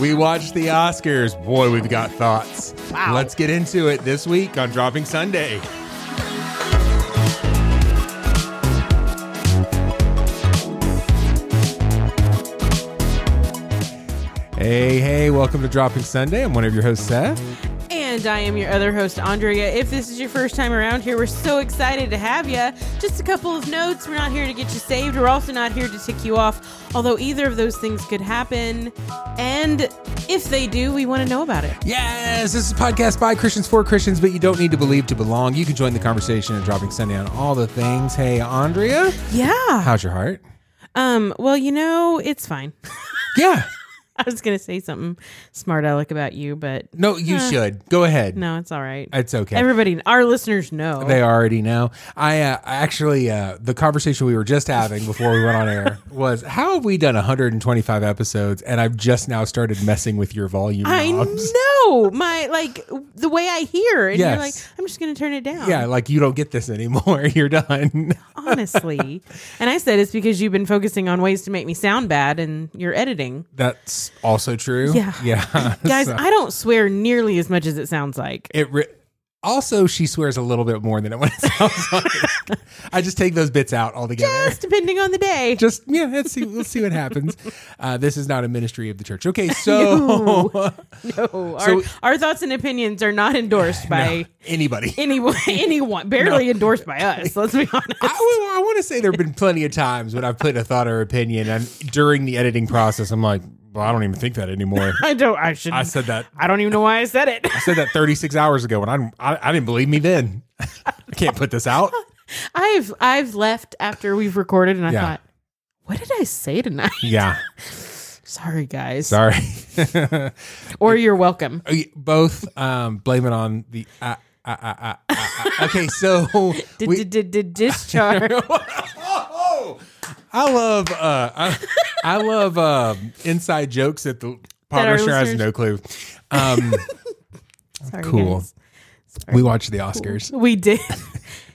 we watched the Oscars. Boy, we've got thoughts. Wow. Let's get into it this week on Dropping Sunday. Hey, hey, welcome to Dropping Sunday. I'm one of your hosts, Seth. And I am your other host, Andrea. If this is your first time around here, we're so excited to have you. Just a couple of notes. We're not here to get you saved. We're also not here to tick you off, although either of those things could happen. And if they do, we want to know about it. Yes, this is a podcast by Christians for Christians, but you don't need to believe to belong. You can join the conversation at Dropping Sunday on all the things. Hey, Andrea, Yeah. how's your heart? Um, well, you know, it's fine. Yeah. I was going to say something smart aleck about you, but No, you should. Go ahead. no, it's all right. It's okay. Everybody, our listeners know. they already know. I uh, actually, uh, the conversation we were just having before we went on air was how have we done 125 episodes and I've just now started messing with your volume I knobs? know my like the way I hear, and Yes. you're like, I'm just going to turn it down. Yeah, like you don't get this anymore. You're done. honestly. and I said it's because you've been focusing on ways to make me sound bad and you're editing. That's also true. Yeah. Yeah. Guys, So I don't swear nearly as much as it sounds like. it re- also, she swears a little bit more than it when it sounds like. I just take those bits out altogether. It's depending on the day. just yeah let's see let's see what happens uh, this is not a ministry of the church okay so no, Oh, our, So- our thoughts and opinions are not endorsed by anybody anyone, anyone, barely endorsed by us. Let's be honest. I, want to say there have been plenty of times when I've put a thought or opinion, and during the editing process, I'm like, well, I don't even think that anymore. I don't. I should. I I, said that don't even know why I said it. I said that 36 hours ago, and I'm, I I didn't believe me then. I can't put this out. I've I've left after we've recorded, and I Yeah. thought, what did I say tonight? Yeah, Sorry, guys. sorry. Or you're welcome. Both um, blame it on the. Uh, uh, uh, uh, uh, uh. Okay, so Did we- Oh, did did discharge. I love uh, I, I love um, inside jokes that the That our podcaster has listeners- no clue. Um, Sorry, cool. guys. we watched the Oscars. We did.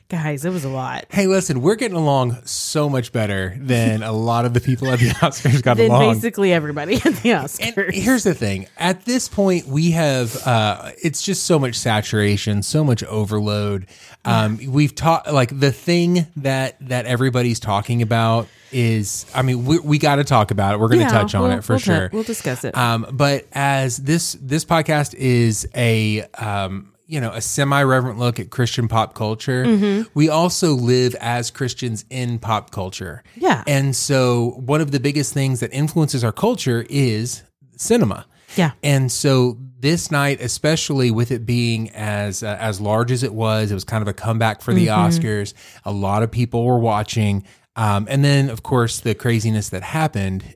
Guys, it was a lot. Hey, listen, we're getting along so much better than a lot of the people at the Oscars got Then along. basically everybody at the And Oscars. here's the thing. At this point, we have uh, it's just so much saturation, so much overload. Um, We've taught like the thing that that everybody's talking about is. I mean, we, we got to talk about it. We're going to Yeah, touch on we'll- it for we'll ta- sure. we'll discuss it. Um, but as this this podcast is a um, you know a semi reverent look at Christian pop culture, Mm-hmm. we also live as Christians in pop culture. Yeah. and so one of the biggest things that influences our culture is cinema. Yeah. And so this night, especially with it being as uh, as large as it was, it was kind of a comeback for the Mm-hmm. Oscars. A lot of people were watching, um, and then of course the craziness that happened.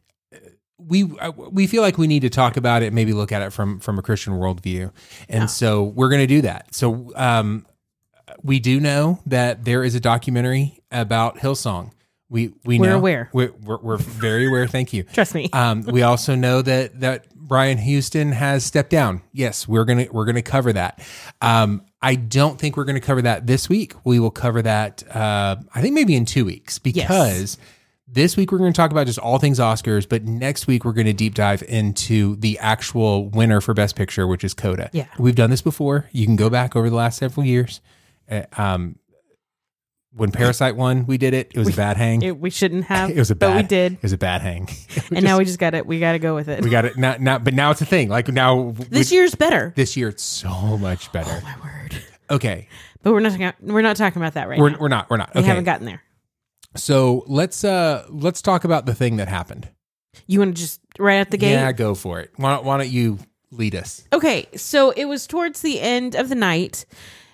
We uh, we feel like we need to talk about it, maybe look at it from from a Christian worldview, and so we're going to do that. So um, we do know that there is a documentary about Hillsong. We we We're know aware. We're, we're, we're very aware. Thank you. Trust me. Um, we also know that that Brian Houston has stepped down. Yes, we're gonna we're gonna cover that. Um, I don't think we're gonna cover that this week. We will cover that. Uh, I think maybe in two weeks because this week we're gonna talk about just all things Oscars, but next week we're gonna deep dive into the actual winner for Best Picture, which is Coda. Yeah. we've done this before. You can go back over the last several years. Uh, um, when Parasite won, we did it. It was a bad hang. It, It- we shouldn't have. was a bad. But we did. It was a bad hang. and now we just got it. We got to go with it. We got it now. Now, but now it's a thing. Like now, this this, year's better. Oh, this year, it's so much better. My word. Okay, But we're not. gonna- We're not talking about that right we're, now. we're not. We're not. We haven't Okay. gotten there. so let's uh let's talk about the thing that happened. You want to just right at the gate? Yeah, go for it. Why don't, why don't you lead us? Okay, so it was towards the end of the night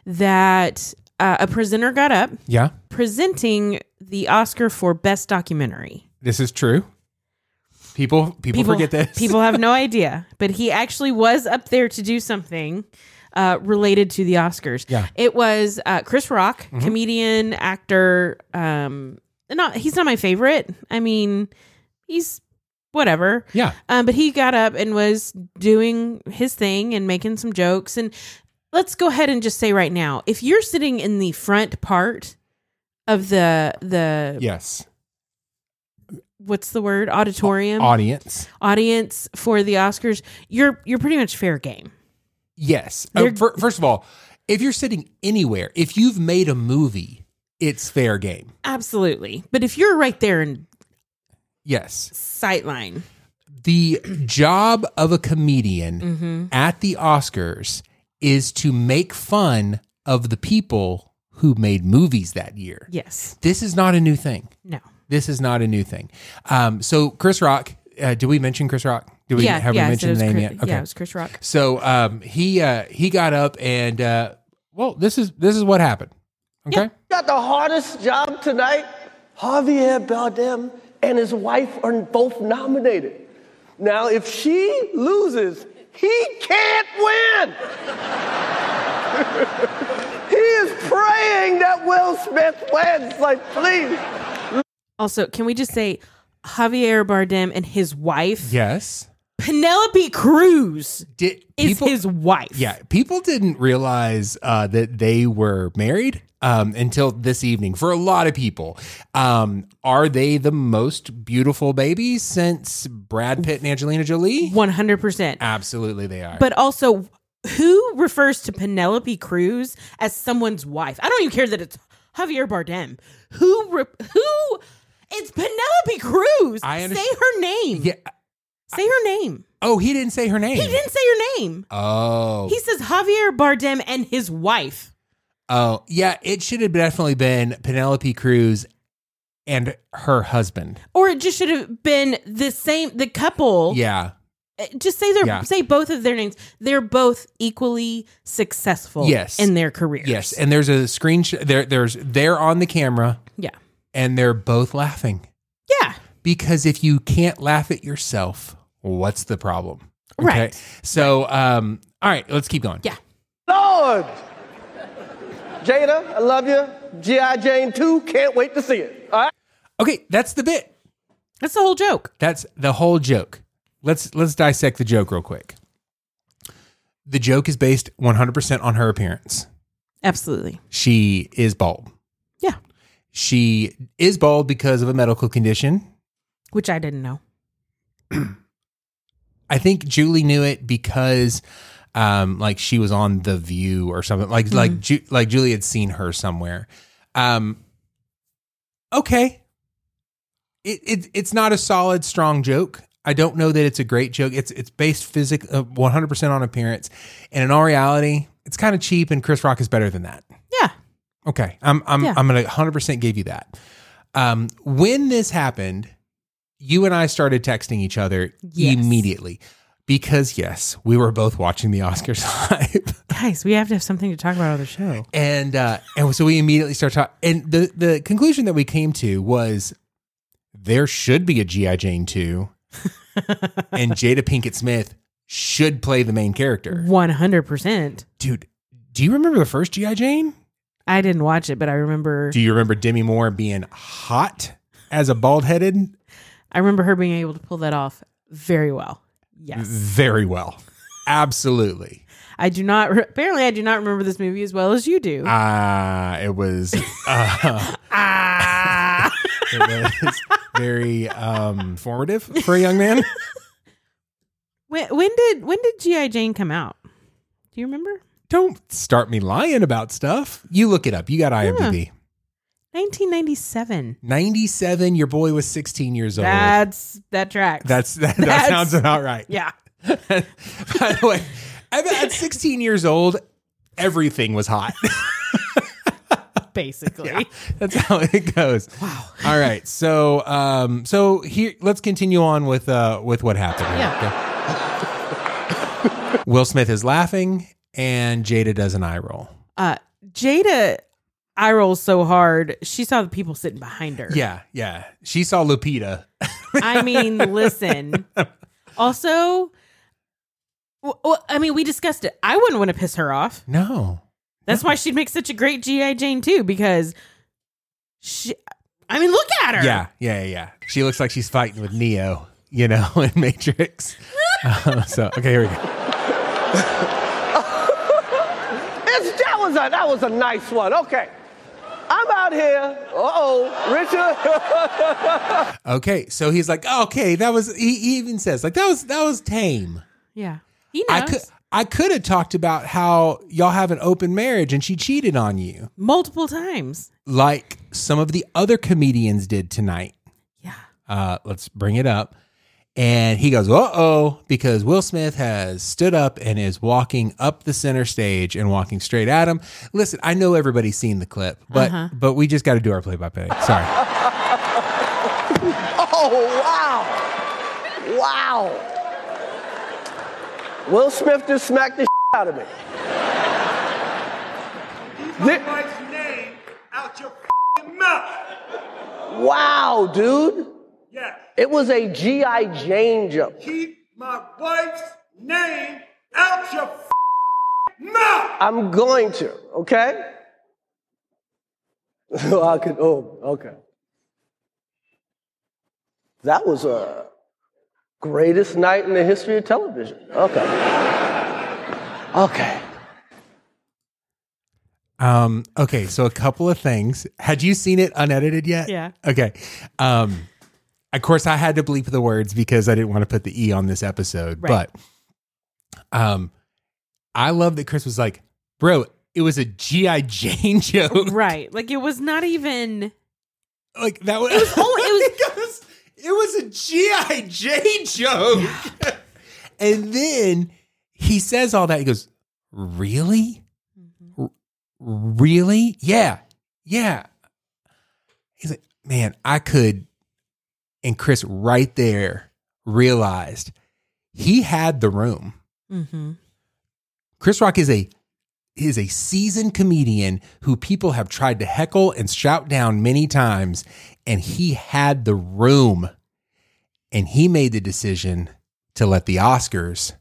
that uh, a presenter got up Yeah, presenting the Oscar for Best Documentary. this is true. People people, forget this. people have no idea, but he actually was up there to do something uh, related to the Oscars. Yeah. Mm-hmm. it was uh, Chris Rock, comedian, actor. Um, not he's not my favorite. I mean, he's whatever. Yeah, Um, but he got up and was doing his thing and making some jokes. And let's go ahead and just say right now, if you're sitting in the front part of the the yes. what's the word auditorium audience. audience for the Oscars, you're you're pretty much fair game. Yes. Uh, They're- fir- first of all, if you're sitting anywhere, if you've made a movie, it's fair game. Absolutely. But if you're right there in Yes. sight line, The job of a comedian at the Oscars is to make fun of the people who made movies that year. yes. This is not a new thing. No. This is not a new thing. Um, so Chris Rock, uh, did we mention Chris Rock? Did we yeah, have yeah, we I mentioned said it was the name Chris- yet? Okay. Yeah, it was Chris Rock. So um, he uh, he got up and uh, well, this is this is what happened. Okay. Got the hardest job tonight. Javier Bardem and his wife are both nominated. Now, if she loses, he can't win. he is praying that Will Smith wins. Like, please. Also, can we just say Javier Bardem and his wife? Yes. Penelope Cruz Did is his wife. Yeah, people didn't realize uh, that they were married um, until this evening. For a lot of people, um, are they the most beautiful baby since Brad Pitt and Angelina Jolie? 100%. Absolutely, they are. but also who refers to Penelope Cruz as someone's wife? I don't even care that it's Javier Bardem. Who re- who it's Penelope Cruz. I under- say her name. yeah. Say her name. Oh, he didn't say her name. He didn't say her name. Oh. He says Javier Bardem and his wife. Oh, yeah. It should have definitely been Penelope Cruz and her husband. Or it just should have been the same the couple. Yeah. Uh, Just say their Yeah. say both of their names. They're both equally successful Yes. in their careers. Yes. And there's a screenshot. There, there's they're on the camera Yeah. and they're both laughing Yeah. because if you can't laugh at yourself, what's the problem? Right. So, um, all right, let's keep going. Yeah. Lord. Jada, I love you. G.I. Jane 2, can't wait to see it. All right? Okay, that's the bit. That's the whole joke. That's the whole joke. Let's let's dissect the joke real quick. The joke is based 100% on her appearance. Absolutely. She is bald. Yeah. She is bald because of a medical condition. Which I didn't know. I think Julie knew it because um like she was on the view or something like like Ju- like Julie had seen her somewhere. Um okay. It, it it's not a solid strong joke. I don't know that it's a great joke. It's it's based physic uh, 100% on appearance and in all reality, it's kind of cheap and Chris Rock is better than that. Yeah. Okay, I'm I'm Yeah. I'm gonna 100 percent give you that. Um, when this happened, you and I started texting each other Yes. immediately because yes, we were both watching the Oscars live, Guys, we have to have something to talk about on the show. and uh, and so we immediately start talking. And the the conclusion that we came to was there should be a GI Jane two, and Jada Pinkett Smith should play the main character. 100%. Dude, do you remember the first GI Jane? I didn't watch it, but I remember Do you remember Demi Moore being hot as a bald headed? I remember her being able to pull that off very well. Yes. Very well. Absolutely. I do not re- apparently I do not remember this movie as well as you do. Uh, it was uh, ah. it was very um, formative for a young man. when, when did when did GI Jane come out? Do you remember? Don't start me lying about stuff. You look it up. You got IMDb. 1997. 97, your boy was 16 years old. That's that tracks. that's that, that that's- sounds about right. yeah. By the way, at at 16 years old, everything was hot. Basically. That's how it goes. Wow. All right. So um so here let's continue on with uh with what happened. here, okay? Will Smith is laughing and Jada does an eye roll. Uh Jada I rolls so hard. She saw the people sitting behind her. Yeah, yeah. She saw Lupita. I mean, listen. Also, w- w- I mean, we discussed it. I wouldn't want to piss her off. No. That's why she'd make such a great GI Jane too, because she. I mean, look at her. Yeah, yeah, yeah, yeah. She looks like she's fighting with Neo, you know, in Matrix. Uh, so okay, here we go. It's, that was a that was a nice one. Okay. I'm out here. Uh oh, Richard. Okay, so he's like, okay, that was. He, he even says like that was that was tame. Yeah. He knows. I could I could have talked about how y'all have an open marriage and she cheated on you, Multiple times. like some of the other comedians did tonight. Yeah. Uh, let's bring it up. And he goes, uh oh, because Will Smith has stood up and is walking up the center stage and walking straight at him. Listen, I know everybody's seen the clip, but Uh-huh. but we just got to do our play by play. Sorry. Oh, wow. Wow. Will Smith just smacked the shit out of me. Thi- wife's name out your f***ing mouth. wow, dude. Yeah. It was a G.I. Jane jump. Keep my wife's name out your f***ing mouth. I'm going to, okay? oh, I could, oh, okay. That was a greatest night in the history of television. Okay. okay. Um, okay, so a couple of things. Had you seen it unedited yet? Yeah. Okay. Um, of course, I had to bleep the words because I didn't want to put the E on this episode. Right. But um, I love that Chris was like, bro, it was a G.I. Jane joke. Right. Like it was not even like that was, only- it was it was a G.I. Jane joke. and then he says all that. He goes, Really? R- Really? Yeah. Yeah. He's like, Man, I could. And Chris, right there, realized he had the room. mm-hmm. Chris Rock is a is a seasoned comedian who people have tried to heckle and shout down many times, and he had the room, and he made the decision to let the Oscars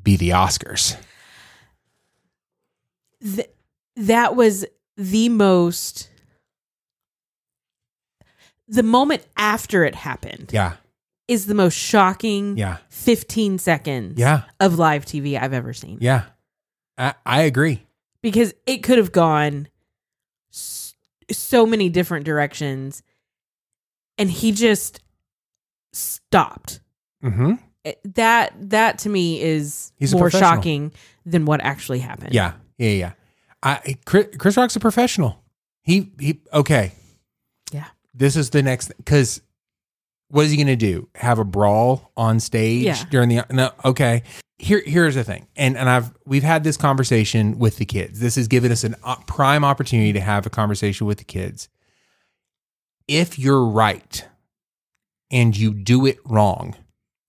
be the Oscars. th- that was the most the moment after it happened Yeah, is the most shocking yeah, 15 seconds yeah, of live TV I've ever seen. yeah. I, I agree. Because it could have gone s- so many different directions and he just stopped. Mm-hmm. It- That that to me is He's a more professional. shocking than what actually happened. Yeah, yeah, yeah. I Chris, Chris Rock's a professional. He he. Okay. Yeah. This is the next because what is he going to do? Have a brawl on stage Yeah. during the no? Okay. Here here's the thing, and and I've we've had this conversation with the kids. This has given us an op- prime opportunity to have a conversation with the kids. If you're right, and you do it wrong,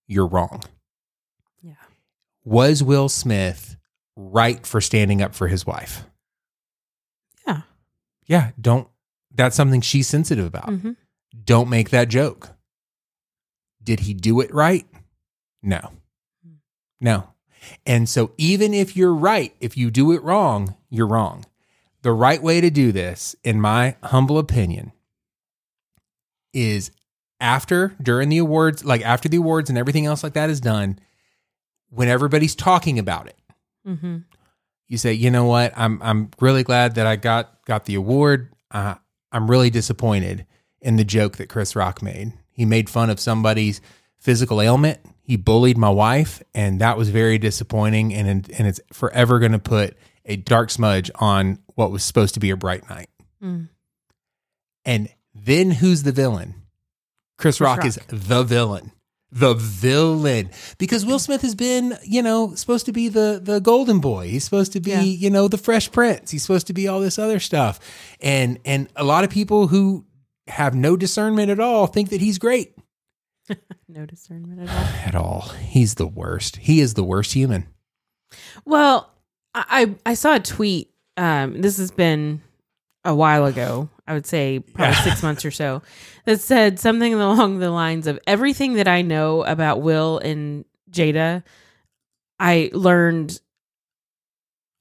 you're wrong. Yeah. Was Will Smith right for standing up for his wife? Yeah. Yeah, don't. That's something she's sensitive about. Mhm. Don't make that joke. Did he do it right? No. No. And so, even if you're right, if you do it wrong, you're wrong. The right way to do this, in my humble opinion, is after, during the awards, like after the awards and everything else like that is done, when everybody's talking about it, Mhm. you say, you know what, I'm I'm really glad that I got got the award. Uh, I'm really disappointed in the joke that Chris Rock made. He made fun of somebody's physical ailment. He bullied my wife, and that was very disappointing. And and it's forever going to put a dark smudge on what was supposed to be a bright night. Mm. And then who's the villain? Chris, Rock, Rock. is the villain. The villain. Because Will Smith has been, you know, supposed to be the the golden boy. He's supposed to be, Yeah. you know, the fresh prince. He's supposed to be all this other stuff. And and a lot of people who have no discernment at all think that he's great No discernment at all. at all. He's the worst. He is the worst human. Well, I I I saw a tweet. Um, this has been a while ago. I would say probably six months or so. That said something along the lines of everything that I know about Will and Jada, I learned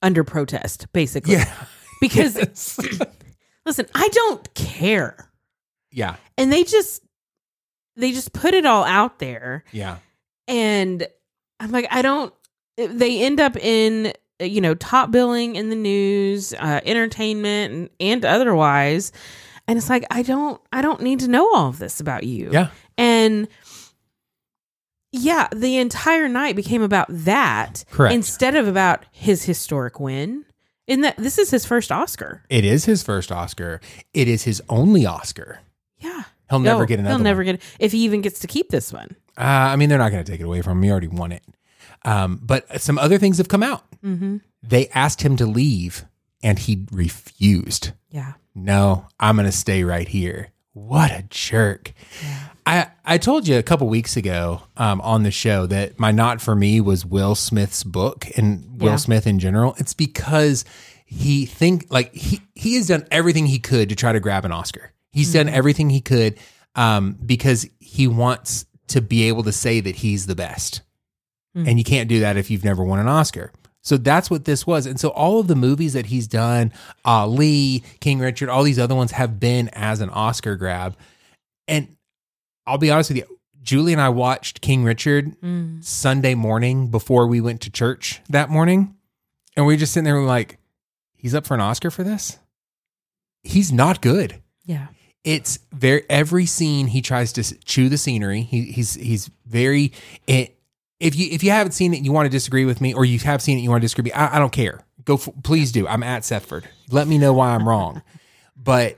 under protest, basically. Because listen, I don't care, yeah. and they just they just put it all out there Yeah. and I'm like, I don't. They end up in uh, you know, top billing in the news, uh, entertainment, and, and otherwise. And it's like I don't, I don't need to know all of this about you. Yeah. And yeah, the entire night became about that Correct. instead of about his historic win. In that this is his first Oscar. It is his first Oscar. It is his only Oscar. Yeah. He'll never get another He'll never one. get if he even gets to keep this one. Uh, I mean, they're not going to take it away from him. He already won it. Um, but some other things have come out. They asked him to leave, and he refused. Yeah. no, I'm going to stay right here. What a jerk. I, I told you a couple weeks ago um, on the show that my not for me was Will Smith's book and Will Yeah. Smith in general. It's because he think like he he has done everything he could to try to grab an Oscar. He's done everything he could um, because he wants to be able to say that he's the best. And you can't do that if you've never won an Oscar. So that's what this was. And so all of the movies that he's done, Ali, King Richard, all these other ones have been as an Oscar grab. And I'll be honest with you, Julie and I watched King Richard Mm. Sunday morning before we went to church that morning. And we were just sitting there we we're like, he's up for an Oscar for this? He's not good Yeah. it's very every scene he tries to s- chew the scenery. He, he's he's very. It, if you if you haven't seen it, and you want to disagree with me, or you have seen it, and you want to disagree. with me, I, I don't care. Go f please do. I'm at Setford. Let me know why I'm wrong. but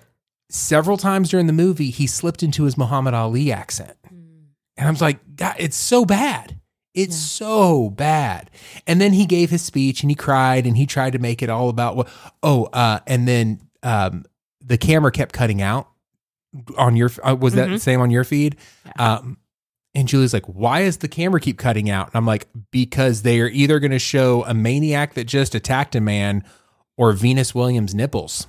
several times during the movie, he slipped into his Muhammad Ali accent, and I'm like, God, it's so bad. It's so bad. And then he gave his speech and he cried and he tried to make it all about what. Oh, uh, and then um, the camera kept cutting out on your uh, was that the same on your feed um and julie's like why is the camera keep cutting out and i'm like because they are either going to show a maniac that just attacked a man or venus williams nipples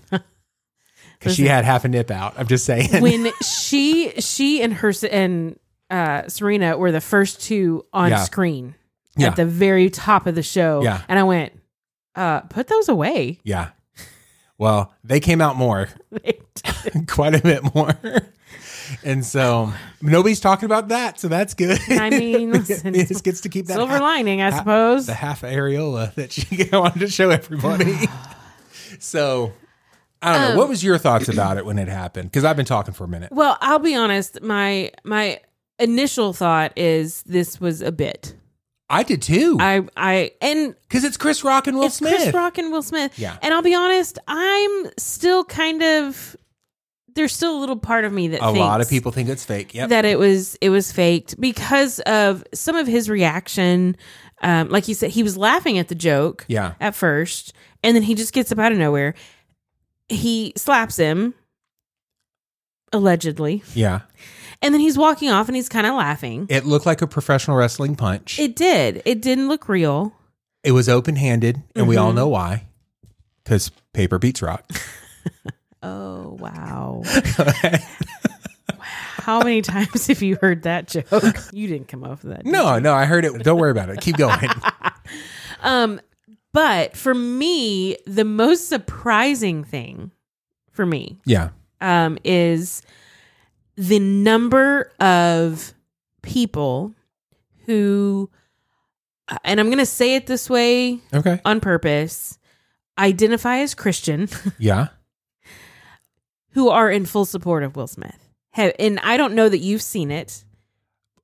because she had half a nip out i'm just saying when she she and her and uh, Serena were the first two on Yeah. screen Yeah. at the very top of the show. Yeah. And I went, uh, put those away. yeah well they came out more quite a bit more and so nobody's talking about that so that's good I mean, listen, venus gets to keep that Silver half- lining, I suppose. the half areola that she wanted to show everybody. so I don't know. Oh. What was your thoughts about it when it happened? Because I've been talking for a minute. Well, I'll be honest, my my initial thought is this was a bit. I did too. I I and Because it's Chris Rock and Will it's Smith. Chris Rock and Will Smith. Yeah. And I'll be honest, I'm still kind of there's still a little part of me that a lot of thinks people think it's fake. Yep. that it was it was faked because of some of his reaction. Um, like you said, he was laughing at the joke Yeah. at first, and then he just gets up out of nowhere. He slaps him, allegedly, yeah. and then he's walking off and he's kind of laughing. It looked like a professional wrestling punch. It, It did. It didn't look real. was open handed, and we all Mm-hmm. know why. Because paper beats rock. Oh wow. How many times have you heard that joke? You didn't come off with that. did no, no, I heard it. Don't worry about it. Keep going. Um, But for me, the most surprising thing for me yeah. um, is the number of people who, uh, and I'm going to say it this way Okay. on purpose, identify as Christian Yeah. who are in full support of Will Smith. Have, and I don't know that you've seen it.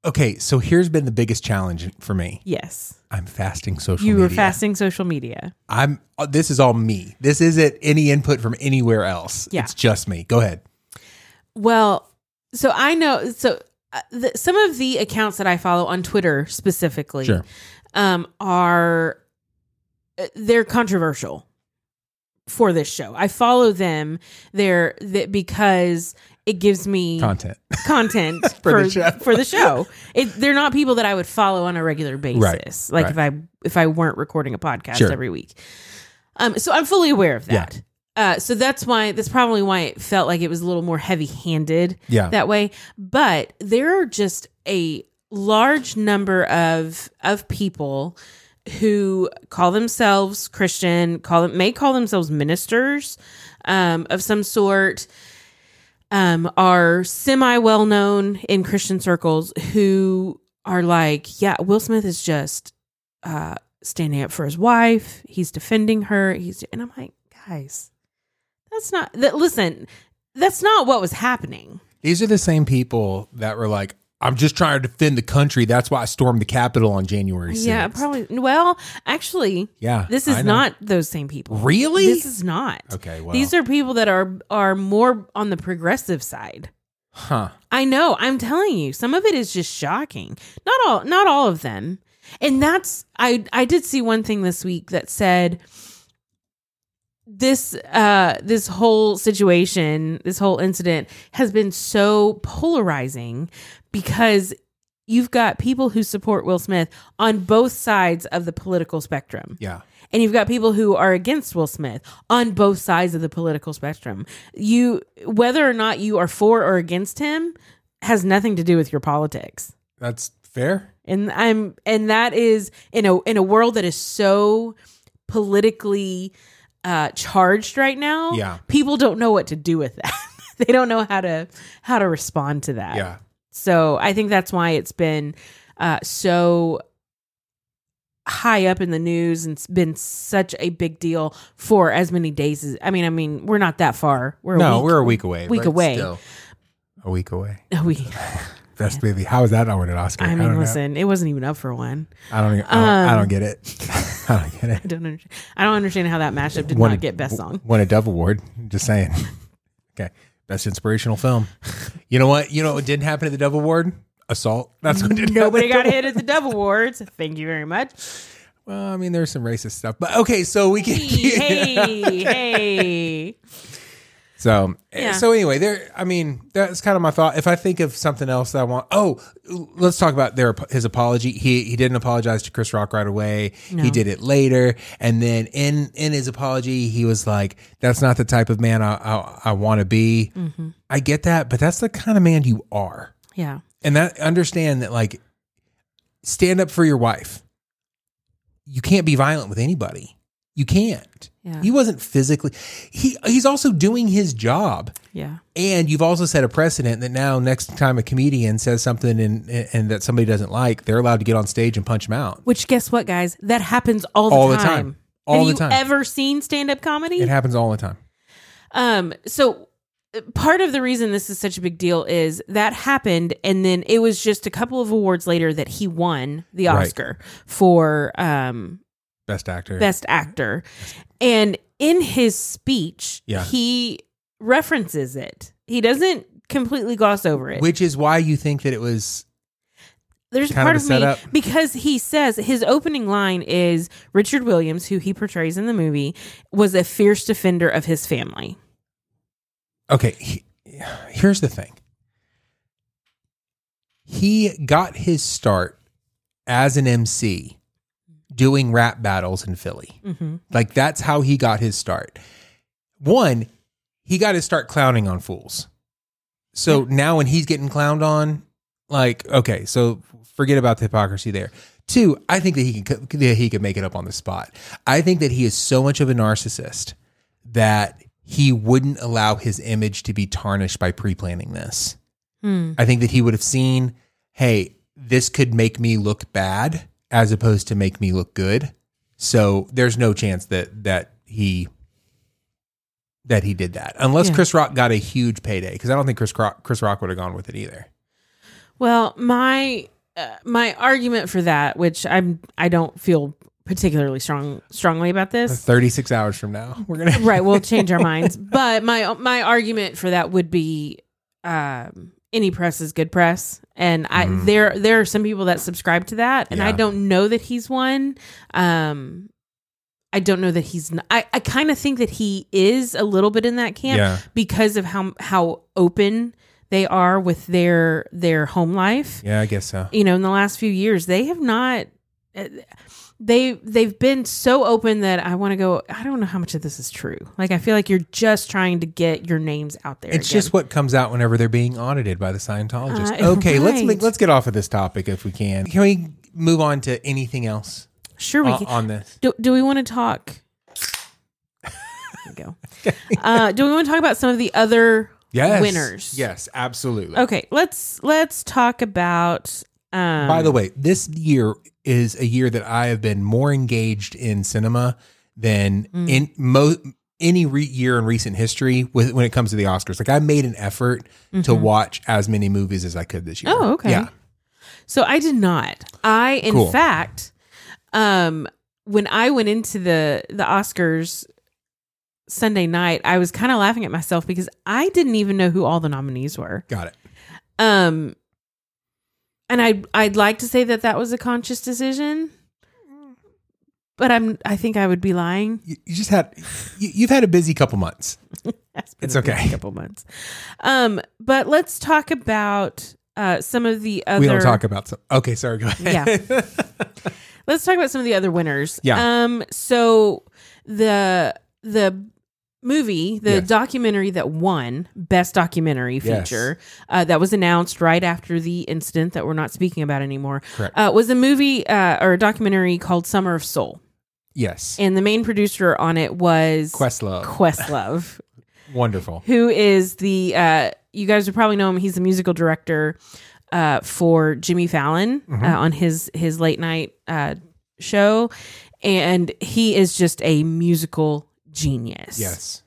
Okay. So here's been the biggest challenge for me. Yes. I'm fasting social You media. were fasting social media. I'm uh, this is all me. This isn't any input from anywhere else. Yeah. It's just me. Go ahead. Well, so I know. So uh, the, some of the accounts that I follow on Twitter specifically Sure. um, are uh, they're controversial for this show. I follow them there that because it gives me Content. content For for the show. for the show. It, they're not people that I would follow on a regular basis. Right, Like right. if I if I weren't recording a podcast Sure. every week. Um, so I'm fully aware of Yeah. that. Uh, so that's why that's probably why it felt like it was a little more heavy handed Yeah. that way. But there are just a large number of of people who call themselves Christian, call them may call themselves ministers um, of some sort, um, are semi well known in Christian circles who are like, yeah, Will Smith is just uh, standing up for his wife. He's defending her. He's and I'm like, guys, that's not that. Listen, that's not what was happening. These are the same people that were like, I'm just trying to defend the country. That's why I stormed the Capitol on January 6th. Yeah, probably. Well, actually, Yeah, this I is know. not those same people. Really? this is not. Okay, well. these are people that are are more on the progressive side. Huh. I know. I'm telling you, some of it is just shocking. Not all, not all of them. And that's I I did see one thing this week that said this uh this whole situation, this whole incident has been so polarizing because you've got people who support Will Smith on both sides of the political spectrum. Yeah. And you've got people who are against Will Smith on both sides of the political spectrum. You whether or not you are for or against him has nothing to do with your politics. That's fair. And I'm and that is in a in a world that is so politically uh charged right now, Yeah. people don't know what to do with that. they don't know how to how to respond to that. Yeah. So I think that's why it's been uh, so high up in the news and it's been such a big deal for as many days as I mean, I mean, we're not that far. We're no, a week, we're a week away. week but away. still. a week away. a week. Best movie. How is that not an Oscar? I don't mean, know. listen, it wasn't even up for one. I don't. e, I don't, I don't get it. I don't get I it. don't understand. I don't understand how that matchup did not get best song. Won a Dove Award. Just saying. Okay. Best inspirational film. You know what? You know what didn't happen at the Dove Award? Assault. That's what didn't Nobody happen. got hit at the Dove Awards. Thank you very much. Well, I mean, there's some racist stuff, but okay. So we can. Hey, hey. So eh, Yeah. so anyway, there. I mean, that's kind of my thought. If I think of something else that I want, oh, let's talk about their his apology. He he didn't apologize to Chris Rock right away. He did it later, and then in in his apology, he was like, "That's not the type of man I I, I want to be." I get that, but that's the kind of man you are, Yeah. and that understand that like, stand up for your wife. You can't be violent with anybody. You can't. Yeah. He wasn't physically. He he's also doing his job. Yeah. And you've also set a precedent that now next time a comedian says something and and that somebody doesn't like, they're allowed to get on stage and punch him out. Which guess what, guys? That happens all the All the time. time. All Have the you time. ever seen stand up comedy? It happens all the time. Um, so uh, part of the reason this is such a big deal is that happened, and then it was just a couple of awards later that he won the Right. Oscar for um, Best actor. Best Actor. And in his speech, Yeah. he references it. He doesn't completely gloss over it. Which is why you think that it was There's kind part of of, a me setup. because he says his opening line is Richard Williams, who he portrays in the movie, was a fierce defender of his family. okay. he- here's the thing. He got his start as an MC doing rap battles in Philly. Mm-hmm. Like that's how he got his start. One, he got his start clowning on fools. So now when he's getting clowned on, like okay, so forget about the hypocrisy there. Two, I think that he can co- that he could make it up on the spot. I think that he is so much of a narcissist that he wouldn't allow his image to be tarnished by pre-planning this. Hmm. I think that he would have seen, hey, this could make me look bad as opposed to make me look good. So there's no chance that that he that he did that unless Yeah. Chris Rock got a huge payday because I don't think Chris Rock, Chris Rock would have gone with it either. Well, my uh, my argument for that, which I'm I don't feel particularly strong strongly about this. 36 hours from now, we're gonna right, we'll change our minds. But my my argument for that would be um, any press is good press, and I there there are some people that subscribe to that, and Mm-hmm. I Yeah. don't know that he's one. Um, I don't know that he's. Not, I I kind of think that he is a little bit in that camp Yeah. because of how how open they are with their their home life yeah, I guess so. you know in the last few years they have not eh, they they've been so open that i want to go i don't know how much of this is true like i feel like you're just trying to get your names out there It's again. just what comes out whenever they're being audited by the Scientologist. Uh, okay, let's right. make, let's get off of this topic if we can. Can we move on to anything else sure we uh, on, can on this? do, do we want to talk there we go uh do we want to talk about some of the other Yes, winners Yes, absolutely. okay let's let's talk about Um, By the way, this year is a year that I have been more engaged in cinema than Mm. in mo- any re- year in recent history with, when it comes to the Oscars. Like I made an effort to watch as many movies as I could this year. Mm-hmm. Oh, okay. Yeah. So I did not. I, in Cool. fact, um, when I went into the the Oscars Sunday night, I was kind of laughing at myself because I didn't even know who all the nominees were. Got it. Um, and I I'd like to say that that was a conscious decision, but I'm I think I would be lying. You, you just had you, you've had a busy couple months. That's been It's a busy okay. Couple months. Um, but let's talk about uh some of the other. We don't talk about some. Okay, sorry. Go ahead. yeah. Let's talk about some of the other winners. Yeah. Um. So the the movie, the Yes. documentary that won best documentary Yes. feature, uh, that was announced right after the incident that we're not speaking about anymore, Correct. uh, was a movie uh, or a documentary called Summer of Soul, Yes. and the main producer on it was Questlove. Questlove, Wonderful. who is the uh, you guys would probably know him. He's the musical director uh, for Jimmy Fallon uh, on his his late night uh, show, and he is just a musical genius. Yes.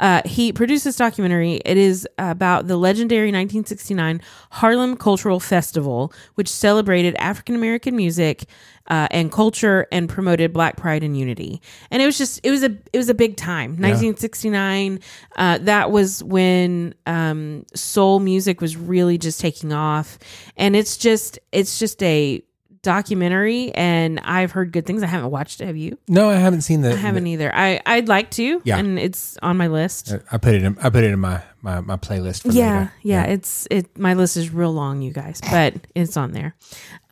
Uh, he produced this documentary. It is about the legendary 1969 Harlem Cultural Festival, which celebrated African American music uh, and culture and promoted Black pride and unity. And it was just it was a it was a big time. 1969. Uh, that was when um, soul music was really just taking off, and it's just it's just a documentary. And I've heard good things. I haven't watched it. Have you? No, I haven't seen the. I haven't either. I I'd like to. Yeah. and it's on my list. I put it in. I put it in my my, my playlist. For yeah, later. yeah, It's it. My list is real long, you guys, but it's on there.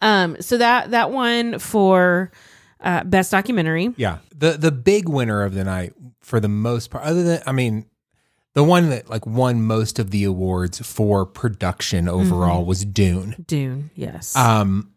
Um, so that that one for uh, best documentary. Yeah. The the big winner of the night for the most part other than I mean the one that like won most of the awards for production Mm-hmm. overall was Dune. Dune. Yes. Um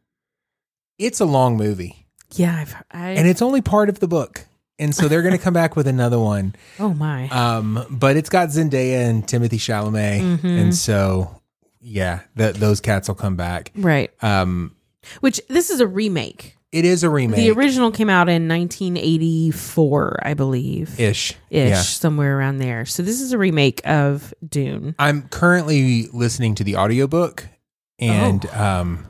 it's a long movie yeah. I've. I, and it's only part of the book. And so they're going to come back with another one. oh my. Um but it's got Zendaya and Timothy Chalamet and so yeah, that those cats will come back. right. Um Which this is a remake. it is a The remake original came out in 1984, I believe, ish, ish. Yeah. somewhere around there. So this is a remake of Dune. I'm currently listening to the audiobook and um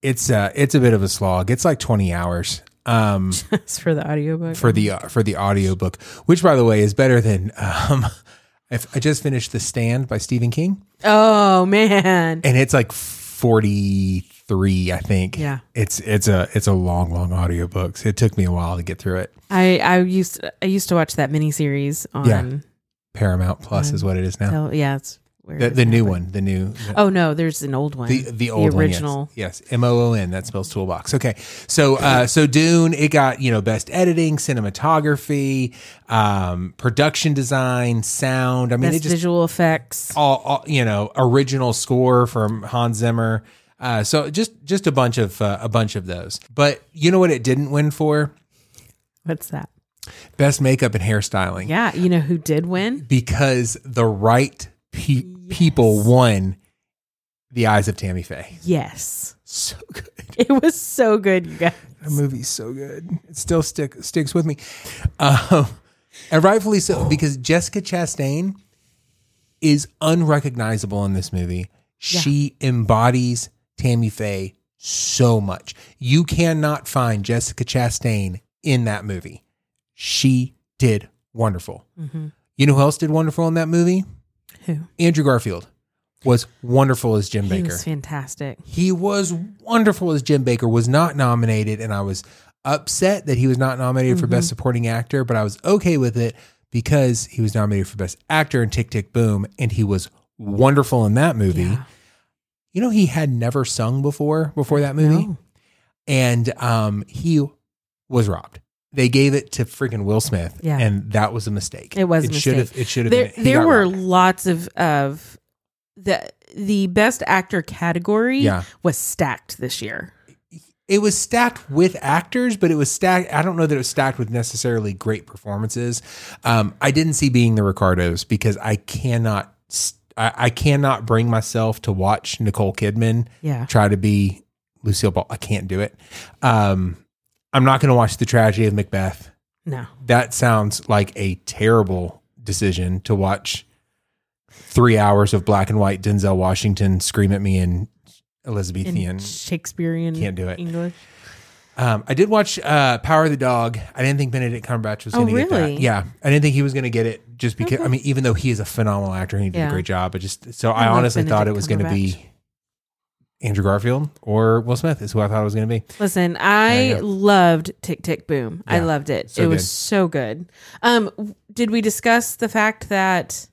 it's uh it's a bit of a slog. It's like 20 hours um That's for the audiobook. for the uh, for the audiobook, which by the way is better than um if I just finished The Stand by Stephen King oh man. and it's like 43 I think. Yeah. It's it's a it's a long long audiobook. So it took me a while to get through it. I I used I used to watch that miniseries on. Yeah. Paramount Plus is what it is now. Oh yeah, it's weird. The, the new one, the new Oh no, there's an old one. the the old original. one, yes. yes, M O O N. That spells toolbox. Okay, so uh, so Dune, it got you know best editing, cinematography, um, production design, sound. I mean, Best it just visual effects. all, all you know original score from Hans Zimmer. Uh, so just just a bunch of uh, a bunch of those. But you know what it didn't win for What's that? best makeup and hairstyling Yeah, you know who did win? because the right pe- people won. The Eyes of Tammy Faye. Yes, So good. it was so good, you guys. That movie's so good. It still stick sticks with me, um, and rightfully so because Jessica Chastain is unrecognizable in this movie. She embodies Tammy Faye so much. You cannot find Jessica Chastain in that movie. She did wonderful. Mm-hmm. You know who else did wonderful in that movie? Who? Andrew Garfield was wonderful as Jim He Baker. was fantastic. He was wonderful as Jim Baker, was not nominated, and I was upset that he was not nominated for Mm-hmm. Best Supporting Actor, but I was okay with it because he was nominated for Best Actor in Tick Tick Boom, and he was wonderful in that movie. You know, he had never sung before before that movie, No. and um, he was robbed. They gave it to freaking Will Smith, Yeah. and that was a mistake. It was a It should have. mistake. It should have. There, been- he there got were robbed. lots of of the the best actor category Yeah. was stacked this year. it was stacked with actors, but it was stacked. I don't know that it was stacked with necessarily great performances. Um, I didn't see Being the Ricardos because I cannot, s- I, I cannot bring myself to watch Nicole Kidman Yeah. try to be Lucille Ball. I can't do it. Um, I'm not going to watch the tragedy of Macbeth. No. That sounds like a terrible decision to watch three hours of black and white Denzel Washington scream at me in In Elizabethan. Shakespearean Can't do it. English. Um, I did watch uh, Power of the Dog. I didn't think Benedict Cumberbatch was Oh, going to get that. really? Yeah, I didn't think he was going to get it just because. I mean, even though he is a phenomenal actor, and he did Yeah. a great job. But just so I, love honestly thought Benedict it was going to Cumberbatch. be Andrew Garfield or Will Smith is who I thought it was going to be. Listen, you I go. loved Tick Tick Boom. I Yeah, loved it. so it was good. so good. Um, w- did we discuss the fact that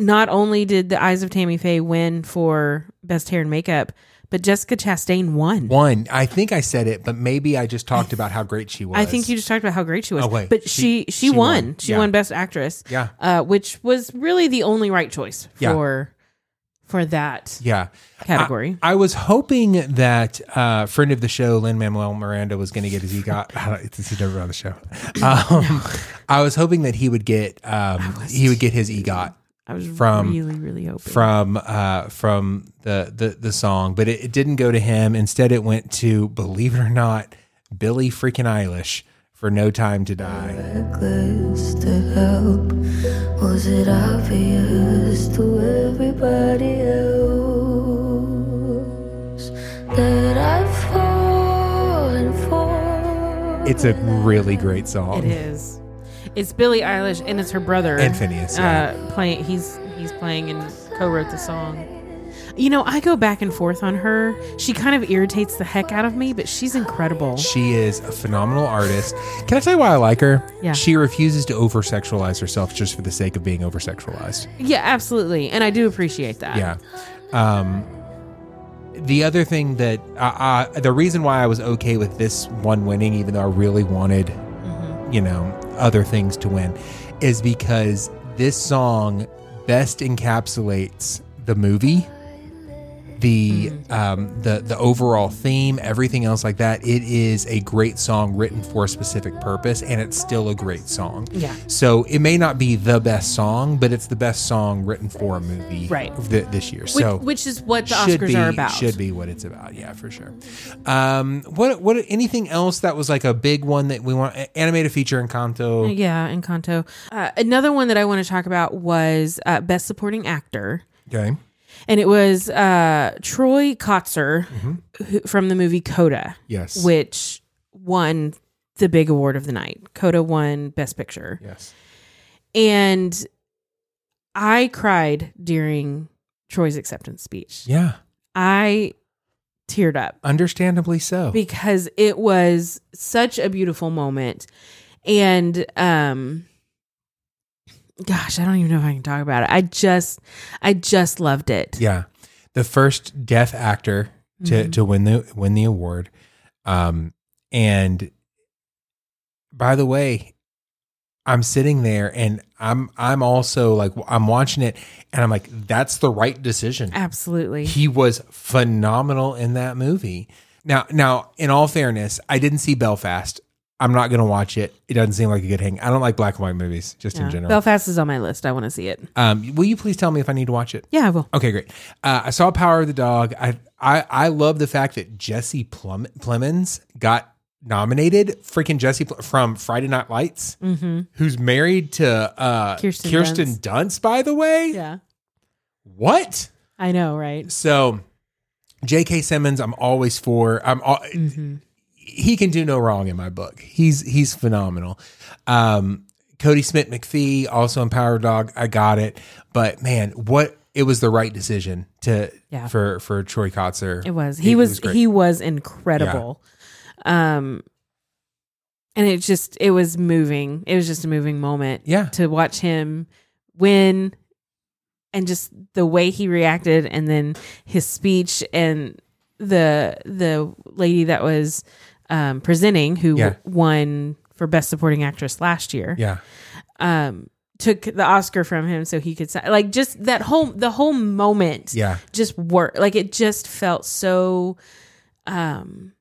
not only did the Eyes of Tammy Faye win for best hair and makeup, but Jessica Chastain won. One, I think I said it, but maybe I just talked about how great she was. I think you just talked about how great she was, Oh, wait. but she She- she, she won. won. She Yeah. won best actress. Yeah. uh, which was really the only right choice Yeah. for for that Yeah. category. I was hoping that uh, friend of the show, Lynn Manuel Miranda, was going to get his EGOT. I don't- it's- He's never been on the show. Um, I was hoping that he would get um, he would get his EGOT I, was from- really really hoping. from uh, from the, the the song, but it, it didn't go to him. Instead, it went to believe it or not, Billie freaking Eilish for "No Time to Die." reckless to help? Was it obvious to everybody else that I've fallen for? It's a really great song. It is. It's Billie Eilish and it's her brother And Phineas, yeah. Uh, playing. He's he's playing and co-wrote the song. You know, I go back and forth on her. She kind of irritates the heck out of me, but she's incredible. She is a phenomenal artist. Can I tell you why I like her? Yeah. She refuses to over sexualize herself just for the sake of being over sexualized. Yeah, absolutely, and I do appreciate that. Yeah. Um, the other thing that I, I, the reason why I was okay with this one winning, even though I really wanted, Mm-hmm. you know, other things to win, is because this song best encapsulates the movie, the Mm-hmm. um, the the overall theme, everything else like that. It is a great song written for a specific purpose, and it's still a great song. Yeah. So it may not be the best song, but it's the best song written for a movie Right. th- this year. Which, so which is what the should Oscars be, are about. Should be what it's about. Yeah, for sure. Um, what what anything else that was like a big one that we want a- animated feature in Kanto? Yeah, Encanto. Uh, another one that I want to talk about was uh, Best Supporting Actor. Okay. and it was uh, Troy Kotzer Mm-hmm. who, from the movie Coda. Yes. which won the big award of the night. Coda won Best Picture, Yes. and I cried during Troy's acceptance speech. Yeah. I teared up Understandably so. because it was such a beautiful moment, and um. Gosh, I don't even know if I can talk about it. I just, I just loved it. yeah. The first deaf actor to Mm-hmm. to win the win the award. Um, and by the way, I'm sitting there and I'm I'm also like I'm watching it and I'm like that's the right decision. Absolutely. He was phenomenal in that movie. Now, now, in all fairness, I didn't see Belfast. I'm not going to watch it. It doesn't seem like a good hang. I don't like black and white movies, just Yeah. in general. Belfast is on my list. I want to see it. um, will you please tell me if I need to watch it? Yeah, I will. Okay, great. Uh, I saw Power of the Dog. I I, I love the fact that Jesse Plum, Plemons got nominated. Freaking Jesse Pl- from Friday Night Lights, Mm-hmm. who's married to uh, Kirsten Kirsten, Dunst. By the way, Yeah, what? I know, right? So, J.K. Simmons, I'm always for. I'm all, Mm-hmm. he can do no wrong in my book. He's he's phenomenal. Um, Cody Smith McPhee also in Power Dog. I got it, but man, what it was the right decision to Yeah. for for Troy Kotzer. It was. He was. great. he was incredible. Um, and it just it was moving. It was just a moving moment. Yeah. to watch him win, and just the way he reacted, and then his speech, and the the lady that was um, presenting who Yeah. won for best supporting actress last year. yeah, um took the Oscar from him so he could si- like just that whole the whole moment yeah, just worked like it just felt so um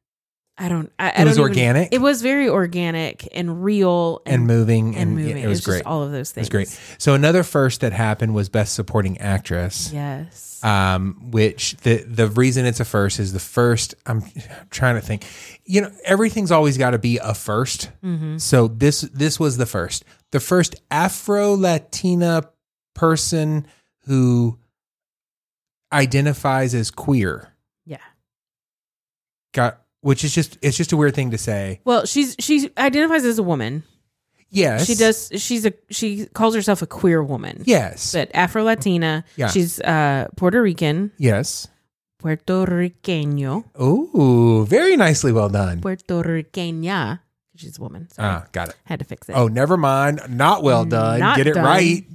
I don't. I, I It was don't even- organic? it was very organic and real and moving and, and moving. yeah, it it was just great. all of those it things. was great. So another first that happened was Best Supporting Actress. Yes. um, which the the reason it's a first is the first. I'm trying to think. You know, everything's always got to be a 1st Mm-hmm. So this this was the first, the first Afro Latina person who identifies as queer. yeah. Got which is just it's just a weird thing to say. Well, she's she identifies as a woman. Yes, She does. She's a she calls herself a queer woman. Yes, But Afro Latina. Yeah. She's uh, Puerto Rican. yes. Puerto Riqueño. Ooh, very nicely well done. Puerto Riqueña. She's a woman. Sorry. Ah, got it. Had to fix it. Oh, never mind. Not well done. Mm, Not Get it done. right.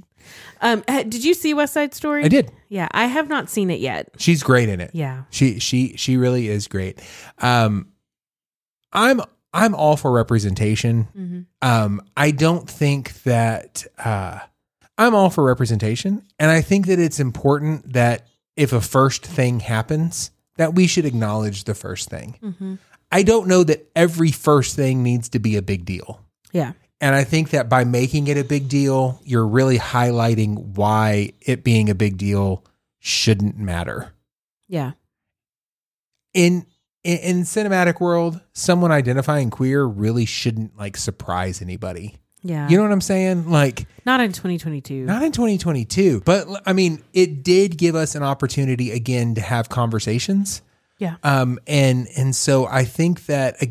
Um, eh, did you see West Side Story? I did. Yeah, I have not seen it yet. She's great in it. Yeah. She she she really is great. Um I'm I'm all for representation. Um I don't think that uh I'm all for representation and I think that it's important that if a first thing happens that we should acknowledge the first thing. I don't know that every first thing needs to be a big deal. Yeah. And I think that by making it a big deal, you're really highlighting why it being a big deal shouldn't matter Yeah. in in, in cinematic world, someone identifying queer really shouldn't like surprise anybody. Yeah. You know what I'm saying? Like not in 2022. not in 2022, but l- I mean, it did give us an opportunity again to have conversations. Yeah. Um and and so I think that uh,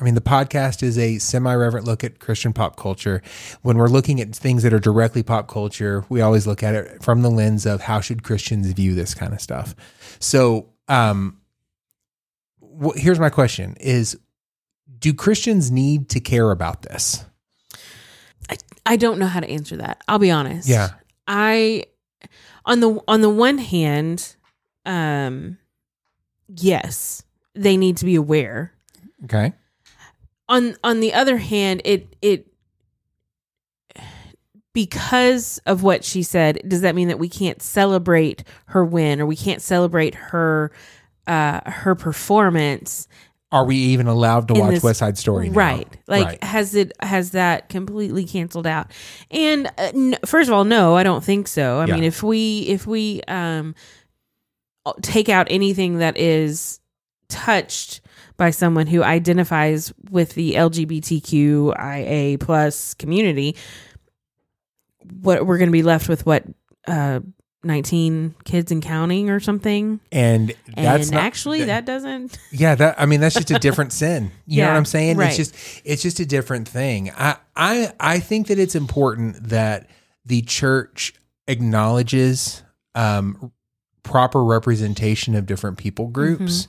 I mean, the podcast is a semi-reverent look at Christian pop culture. When we're looking at things that are directly pop culture, we always look at it from the lens of how should Christians view this kind of stuff. So, um wh- here's my question is do Christians need to care about this? I, I don't know how to answer that. I'll be honest. Yeah. I on the on the one hand, um yes, they need to be aware. Okay. On on the other hand, it it because of what she said, does that mean that we can't celebrate her win or we can't celebrate her uh her performance? are we even allowed to in watch this- West Side Story now? right like Right. has it has that completely canceled out and uh, n- first of all no i don't think so i Yeah. mean if we if we um take out anything that is touched by someone who identifies with the lgbtqia plus community what we're going to be left with what uh 19 kids and counting or something and that's and not- actually th- that doesn't yeah that I mean that's just a different sin you know Yeah, what I'm saying right. it's just it's just a different thing I I I think that it's important that the church acknowledges um proper representation of different people groups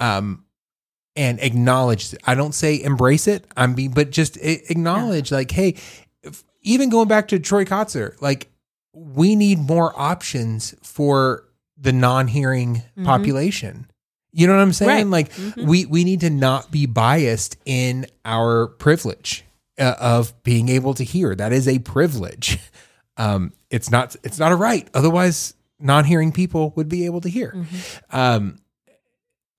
Mm-hmm. um and acknowledge I don't say embrace it I'm being but just a- acknowledge like hey if, even going back to Troy Kotzer like we need more options for the non-hearing Mm-hmm. population. You know what I'm saying? Right. Like we we need to not be biased in our privilege uh, of being able to hear. That is a privilege. Um, it's not it's not a right. Otherwise, non-hearing people would be able to hear. Um,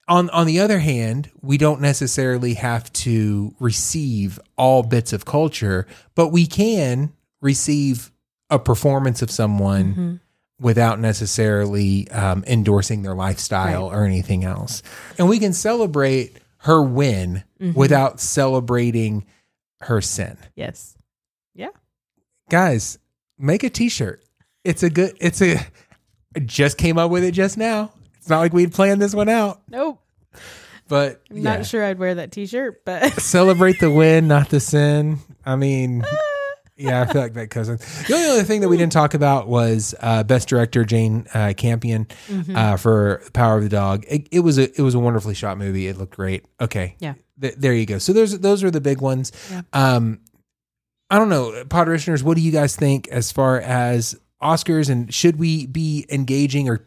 on on the other hand, we don't necessarily have to receive all bits of culture, but we can receive a performance of someone without necessarily um, endorsing their lifestyle or anything else. And we can celebrate her win without celebrating her sin. yes yeah Guys, make a t-shirt. It's a good it's a I just came up with it just now. It's not like we'd planned this one out, nope but I'm yeah. not sure I'd wear that T-shirt, but celebrate the win, not the sin. I mean, yeah, I feel like that cousin. The only other thing that we didn't talk about was uh, best director Jane uh, Campion uh, for Power of the Dog. It, it was a it was a wonderfully shot movie. It looked great. Okay, Yeah. Th- there you go. So those those are the big ones. Um, I don't know, Podrishners. What do you guys think as far as Oscars and should we be engaging or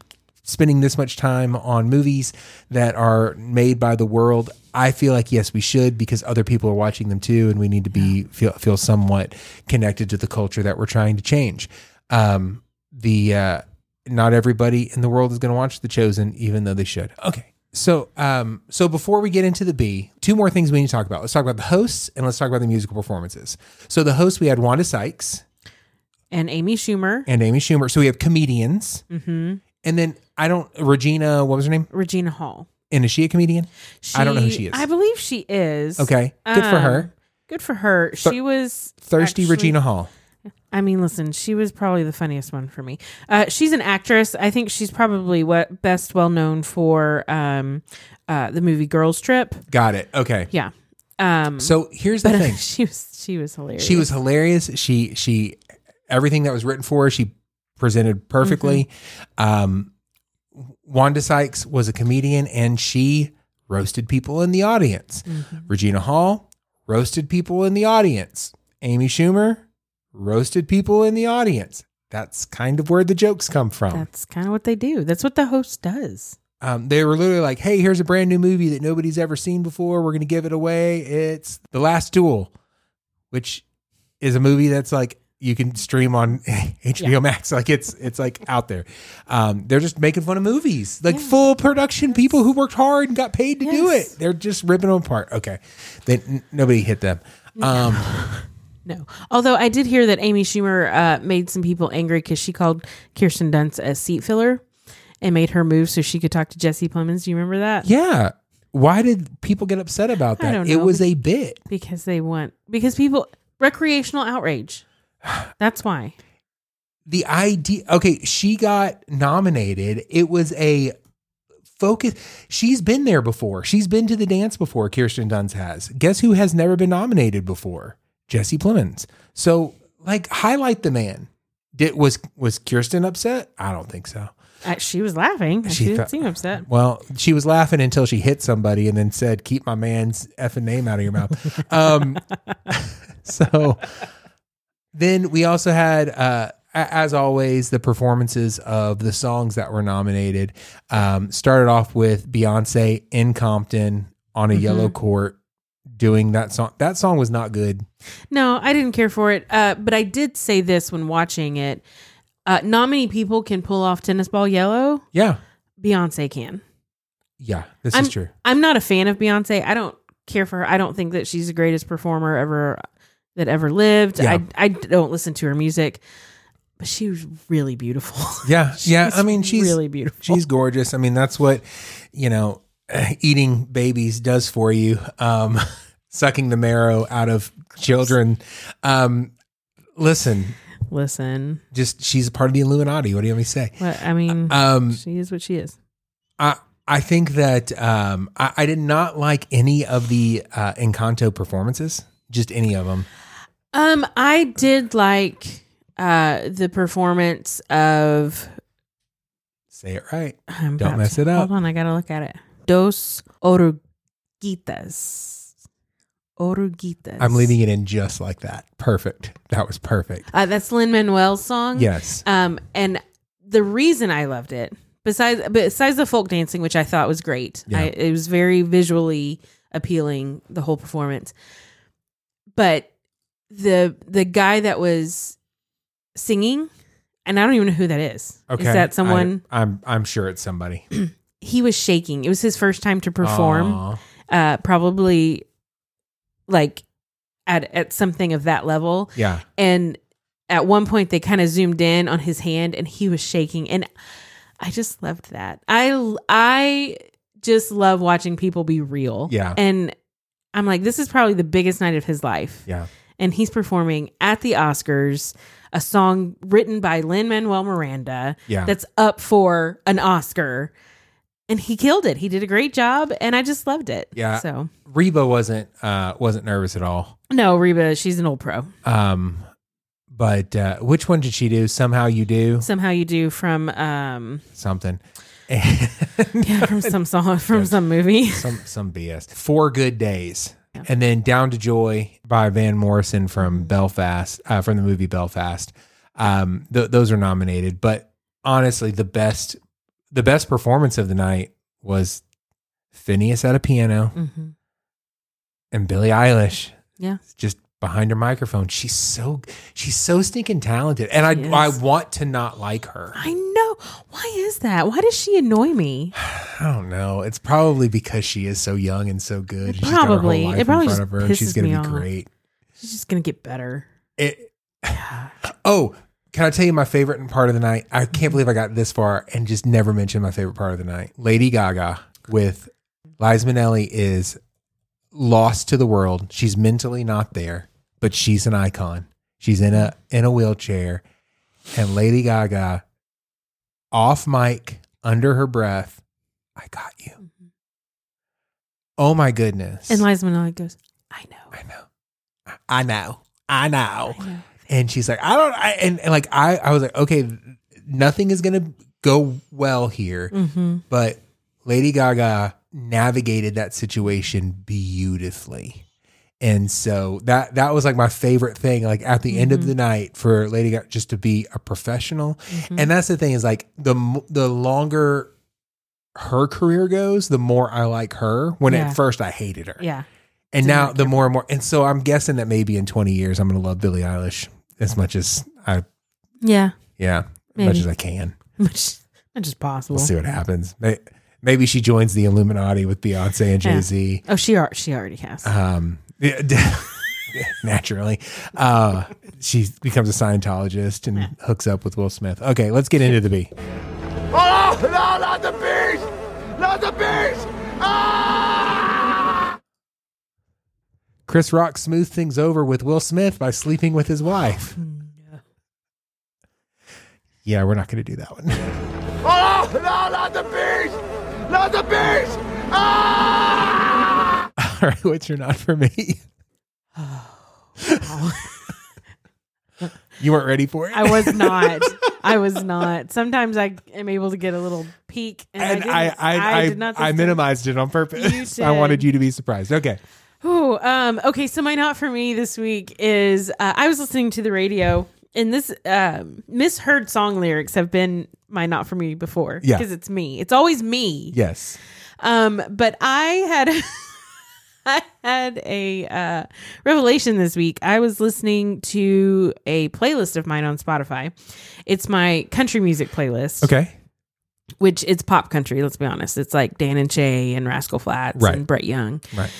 spending this much time on movies that are made by the world? I feel like yes, we should because other people are watching them too, and we need to be feel feel somewhat connected to the culture that we're trying to change. Um, the uh, not everybody in the world is going to watch The Chosen, even though they should. Okay, So, um, so before we get into the B, two more things we need to talk about. Let's talk about the hosts and let's talk about the musical performances. So, the hosts we had Wanda Sykes And Amy Schumer, and Amy Schumer. So we have comedians, Mm-hmm. and then I don't Regina. What was her name? Regina Hall. And is she a comedian? I don't know who she is. I believe she is. Okay, good for Um, her. Good for her. She was Thirsty actually- Regina Hall. I mean, listen, she was probably the funniest one for me. Uh, she's an actress. I think she's probably what best well known for um, uh, the movie Girls Trip. Got it. Okay. Yeah. Um, So here's the but thing. she was she was hilarious. She was hilarious. She she everything that was written for her, she presented perfectly. Um, Wanda Sykes was a comedian and she roasted people in the audience. Regina Hall roasted people in the audience. Amy Schumer roasted people in the audience. That's kind of where the jokes come from. That's kind of what they do. That's what the host does. Um, they were literally like, "Hey, here's a brand new movie that nobody's ever seen before. We're going to give it away. It's The Last Duel, which is a movie that's like you can stream on HBO Max. Like it's it's like out there. Um, they're just making fun of movies, like full production people who worked hard and got paid to do Yes. it. They're just ripping them apart. Okay, they, n- nobody hit them. Um, No. Although I did hear that Amy Schumer uh, made some people angry because she called Kirsten Dunst a seat filler and made her move so she could talk to Jesse Plemons. Do you remember that? yeah, why did people get upset about I that? don't It know. was a bit. Because they want, because people, recreational outrage. That's why. the idea okay she got nominated it was a focus she's been there before she's been to the dance before kirsten dunst has guess who has never been nominated before jesse plemons so like highlight the man did was was kirsten upset i don't think so Uh, she was laughing. She, She didn't thought- seem upset. well she was laughing until she hit somebody and then said keep my man's effing name out of your mouth um so then we also had uh a- as always the performances of the songs that were nominated um started off with beyonce in compton on a Mm-hmm. yellow court doing that song that song was not good No, I didn't care for it. Uh, but I did say this when watching it. Uh, not many people can pull off tennis ball yellow. yeah Beyonce can. yeah this I'm, is true I'm not a fan of Beyonce. I don't care for her. I don't think that she's the greatest performer ever that ever lived. Yeah. I, I don't listen to her music, but she was really beautiful. yeah yeah i She's mean she's really beautiful. She's gorgeous. I mean, that's what, you know, eating babies does for you. Um, sucking the marrow out of children. Um, listen, listen, just she's a part of the Illuminati. What do you want me to say? what, I mean, Um, she is what she is. I, I think that um, I, I did not like any of the uh, Encanto performances, just any of them. Um, I did like uh the performance of Say it right. I'm Don't about mess to- it up. Hold on, I gotta look at it. Dos oruguitas. Oruguitas. I'm leaving it in just like that. Perfect. That was perfect. Uh, that's Lin Manuel's song. Yes. Um, and the reason I loved it, besides besides the folk dancing, which I thought was great, Yeah. I, it was very visually appealing the whole performance. But the the guy that was singing, and I don't even know who that is. Okay. Is that someone? I, am I'm sure it's somebody. he was shaking. It was his first time to perform, Aw. uh, probably like at at something of that level Yeah. and at one point they kind of zoomed in on his hand and he was shaking and i just loved that i i just love watching people be real Yeah. and i'm like this is probably the biggest night of his life Yeah. and he's performing at the oscars a song written by lynn manuel miranda Yeah. that's up for an oscar and he killed it he did a great job and i just loved it Yeah. so Reba wasn't uh wasn't nervous at all. no reba she's an old pro Um but uh which one did she do? Somehow you do somehow you do from um something. And Yeah, from some song, from some movie. some some BS. Four good days. And then Down to Joy by Van Morrison from Belfast uh from the movie Belfast. Um th- those are nominated, but honestly the best the best performance of the night was Phineas at a piano Mm-hmm. and Billie Eilish Yeah. just behind her microphone. She's so she's so stinking talented, and I She is. I want to not like her. I know. Why is that? Why does she annoy me? I don't know. It's probably because she is so young and so good. She's got her whole Probably. life It probably in just front of her, and pisses she's going me to off. be great. She's just gonna get better. It. Oh, can I tell you my favorite part of the night? I can't believe I got this far and just never mentioned my favorite part of the night. Lady Gaga with Liz Minnelli is lost to the world. She's mentally not there, but she's an icon. She's in a in a wheelchair, and Lady Gaga, off mic, under her breath, I got you. Oh my goodness! And Liza Minnelli goes, I know. I know. I know. I know. I know. And she's like, I don't, I, and, and like, I, I was like, okay, nothing is going to go well here. Mm-hmm. But Lady Gaga navigated that situation beautifully. And so that, that was like my favorite thing, like at the end of the night for Lady Gaga just to be a professional. And that's the thing is like the, m- the longer her career goes, the more I like her when Yeah. at first I hated her. yeah. And Did now not the more and more, and so I'm guessing that maybe in 20 years I'm going to love Billie Eilish as much as I, Yeah. yeah, as much Maybe. as I can. Which which is possible. We'll see what happens. May- Maybe she joins the Illuminati with Beyonce and Yeah. Jay Z. Oh, she al- she already has. Um, yeah, d- naturally, uh, she becomes a Scientologist and hooks up with Will Smith. Okay, let's get into the B. Oh, no, not the bees! Not the bees! Chris Rock smoothed things over with Will Smith by sleeping with his wife. Mm, Yeah, we're not going to do that one. Oh, no, not the bees! Not the Oh. bees! All right, what's your not for me? you weren't ready for it? Oh, I was not. I was not. Sometimes I am able to get a little peek, and, and I, I, didn't. I, I, I, did not. this time. minimized it on purpose. You I wanted did. you to be surprised. Okay. Oh, um, okay. So my not for me this week is uh, I was listening to the radio, and this um, misheard song lyrics have been my not for me before. Yeah. because it's me. It's always me. Yes. Um, but I had I had a uh, revelation this week. I was listening to a playlist of mine on Spotify. It's my country music playlist Okay. which it's pop country. Let's be honest. It's like Dan and Shay and Rascal Flats Right. and Brett Young. Right.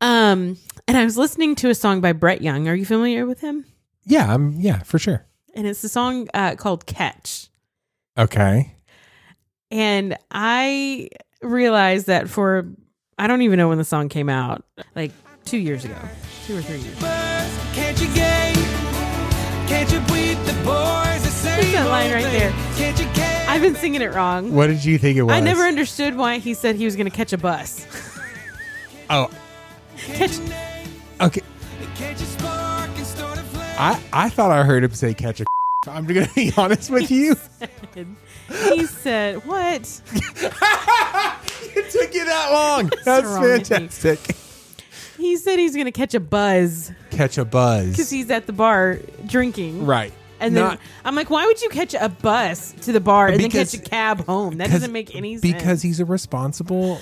Um, and I was listening to a song by Brett Young. Are you familiar with him? Yeah, I'm yeah, for sure. And it's a song uh, called Catch. Okay. And I realized that for I don't even know when the song came out, like two years ago, two or three years. ago. Can't you gay? Can't you beat the boys the same Just that line old right thing? there. Can't you gay? I've been singing it wrong. What did you think it was? I never understood why he said he was going to catch a bus. Oh, catch, okay. Can't you spark and start a flame? I I thought I heard him say catch a I'm going to be honest with you. he said what? it took you that long. That's wrong with you. fantastic. He said he's going to catch a buzz. Catch a buzz. because he's at the bar drinking. right. And then Not- I'm like, why would you catch a bus to the bar and Because- then catch a cab home? That doesn't make any sense. Because he's a responsible.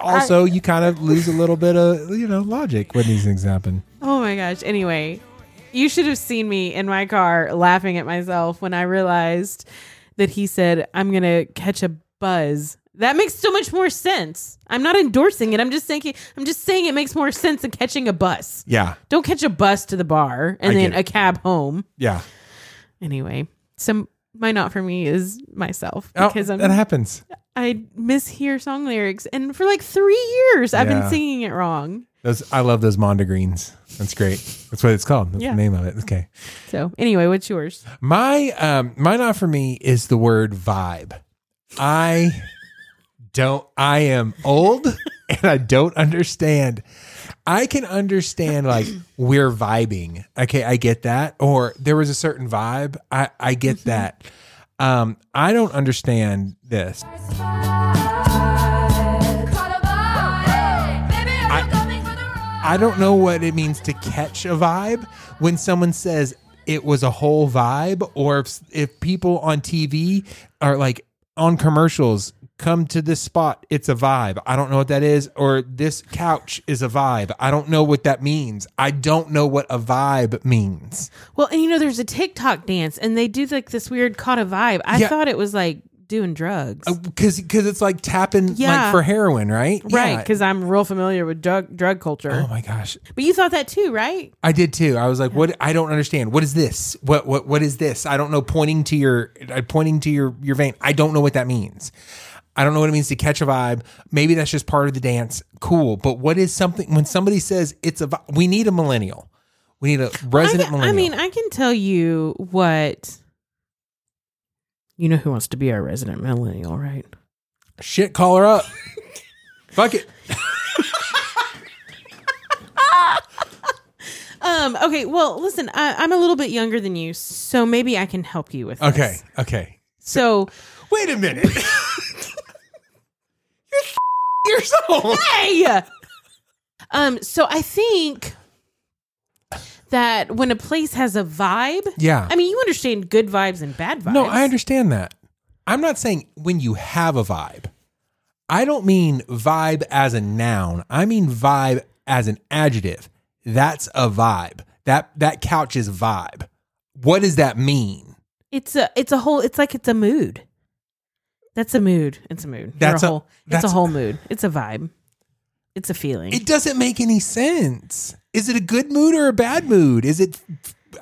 Also, you kind of lose a little bit of you know logic when these things happen. oh my gosh. Anyway, you should have seen me in my car laughing at myself when I realized that he said, I'm going to catch a buzz. That makes so much more sense. I'm not endorsing it. I'm just saying I'm just saying it makes more sense than catching a bus. Yeah, Don't catch a bus to the bar and I get then it. a cab home. yeah. Anyway, some my not for me is myself Oh, because I'm that happens. I mishear song lyrics, and for like three years, I've been Yeah. singing it wrong. Those I love those Mondegreens. That's great. That's what it's called. That's Yeah. the name of it. Okay. So anyway, what's yours? My um my not for me is the word vibe. I don't I am old and I don't understand. I can understand like we're vibing. Okay, I get that. Or there was a certain vibe. I I get that. Um I don't understand this. I don't know what it means to catch a vibe when someone says it was a whole vibe, or if, if people on TV are like on commercials Come to this spot. It's a vibe. I don't know what that is. Or this couch is a vibe. I don't know what that means. I don't know what a vibe means. Well, and you know, there's a TikTok dance, and they do like this weird caught a vibe. I Yeah. Oh, thought it was like doing drugs, Right, Because because Uh, it's like tapping like Yeah. for heroin, right? right? Yeah. Because I'm real familiar with drug drug culture. Oh my gosh, But you thought that too, right? I did too. I was like, "What? I don't understand. What is this? What? What? What is this? I don't know." Pointing to your, uh, pointing to your your vein. I don't know what that means. I don't know what it means to catch a vibe. Maybe that's just part of the dance. Cool, but what is something when somebody says it's a? vi- We need a millennial. We need a I, resident ca- I millennial. mean, I can tell you what. You know who wants to be our resident millennial, right? shit, call her up. Fuck it. Um. Okay. Well, listen, I, I'm a little bit younger than you, so maybe I can help you with. Okay. this. Okay. So Wait a minute. You're years old. Hey! Um, so I think that when a place has a vibe, Yeah. I mean, you understand good vibes and bad vibes. No, I understand that. I'm not saying when you have a vibe. I don't mean vibe as a noun. I mean vibe as an adjective. That's a vibe. That that couch is vibe. What does that mean? It's a, it's a whole, it's like it's a mood. That's a mood. It's a mood. They're That's a- a whole. it's a that's- whole mood. It's a vibe. It's a feeling. It doesn't make any sense. Is it a good mood or a bad mood? Is it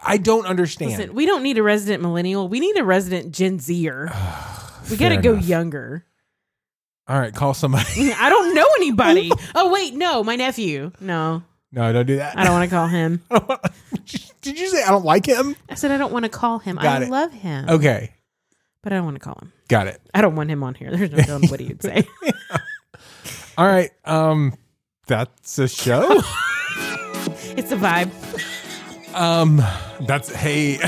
I don't understand. Listen, we don't need a resident millennial. We need a resident Gen Zer. we got to fair go enough. younger. All right, call somebody. I don't know anybody. oh wait, no, my nephew. No, No, don't do that. I don't want to call him. Did you say I don't like him? I said I don't want to call him. Got I it. love him. Okay. But I don't want to call him. Got it. I don't want him on here. There's no telling what he'd say. All right. Um that's a show. It's a vibe. Um, that's hey,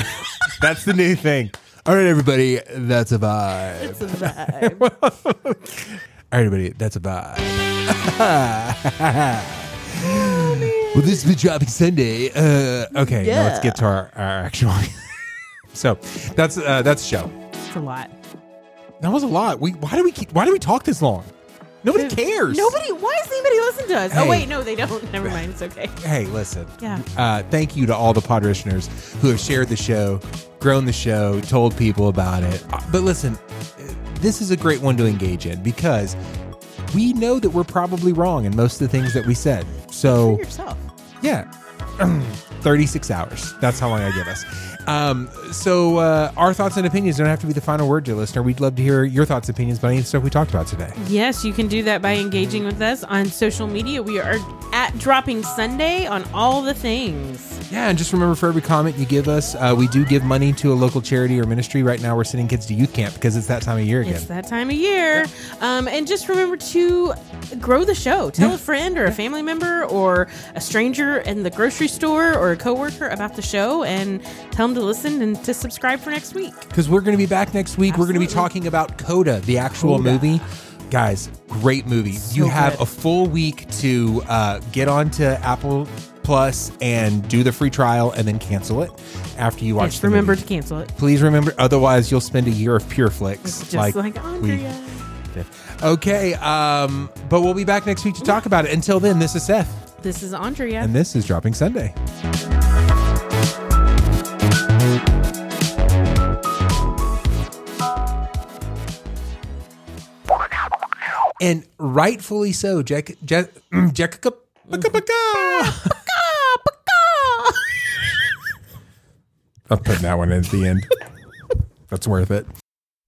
that's the new thing. All right, everybody, that's a vibe. It's a vibe. All right, everybody, that's a vibe. Well, this has been dropping Sunday. Uh, okay, now let's get to our, our actual. so, that's uh, that's the show. It's a lot. That was a lot. We why do we keep why do we talk this long? Nobody cares. Nobody. Why does anybody listen to us? Hey. Oh wait, no, they don't. Never mind. It's okay. hey, listen. Yeah. Uh, thank you to all the podritioners who have shared the show, grown the show, told people about it. Uh, But listen, uh, this is a great one to engage in because we know that we're probably wrong in most of the things that we said. So. For yourself. Yeah. 36 hours. That's how long I give us. Um, so, uh, our thoughts and opinions don't have to be the final word, dear listener. We'd love to hear your thoughts and opinions about any of the stuff we talked about today. Yes, you can do that by engaging with us on social media. We are at Dropping Sunday on all the things. Yeah, and just remember for every comment you give us, uh, we do give money to a local charity or ministry. Right now, we're sending kids to youth camp because it's that time of year again. It's that time of year. Um, and just remember to grow the show. Tell a friend or a family member or a stranger in the grocery store or a coworker about the show and tell them to listen and to subscribe for next week. Because we're going to be back next week. We're going to be Absolutely. talking about Coda, the actual movie. Guys, great movie. you have a full week to uh, get onto Apple Plus and do the free trial and then cancel it after you watch Just the remember movie. to cancel it. Please remember, otherwise, you'll spend a year of pure flicks. Just like, Andrea. Okay, um, but we'll be back next week to talk about it. Until then, this is Seth. This is Andrea. And this is Dropping Sunday. And rightfully so, Jack, Jack, Jack, I'm putting that one in at the end. That's worth it.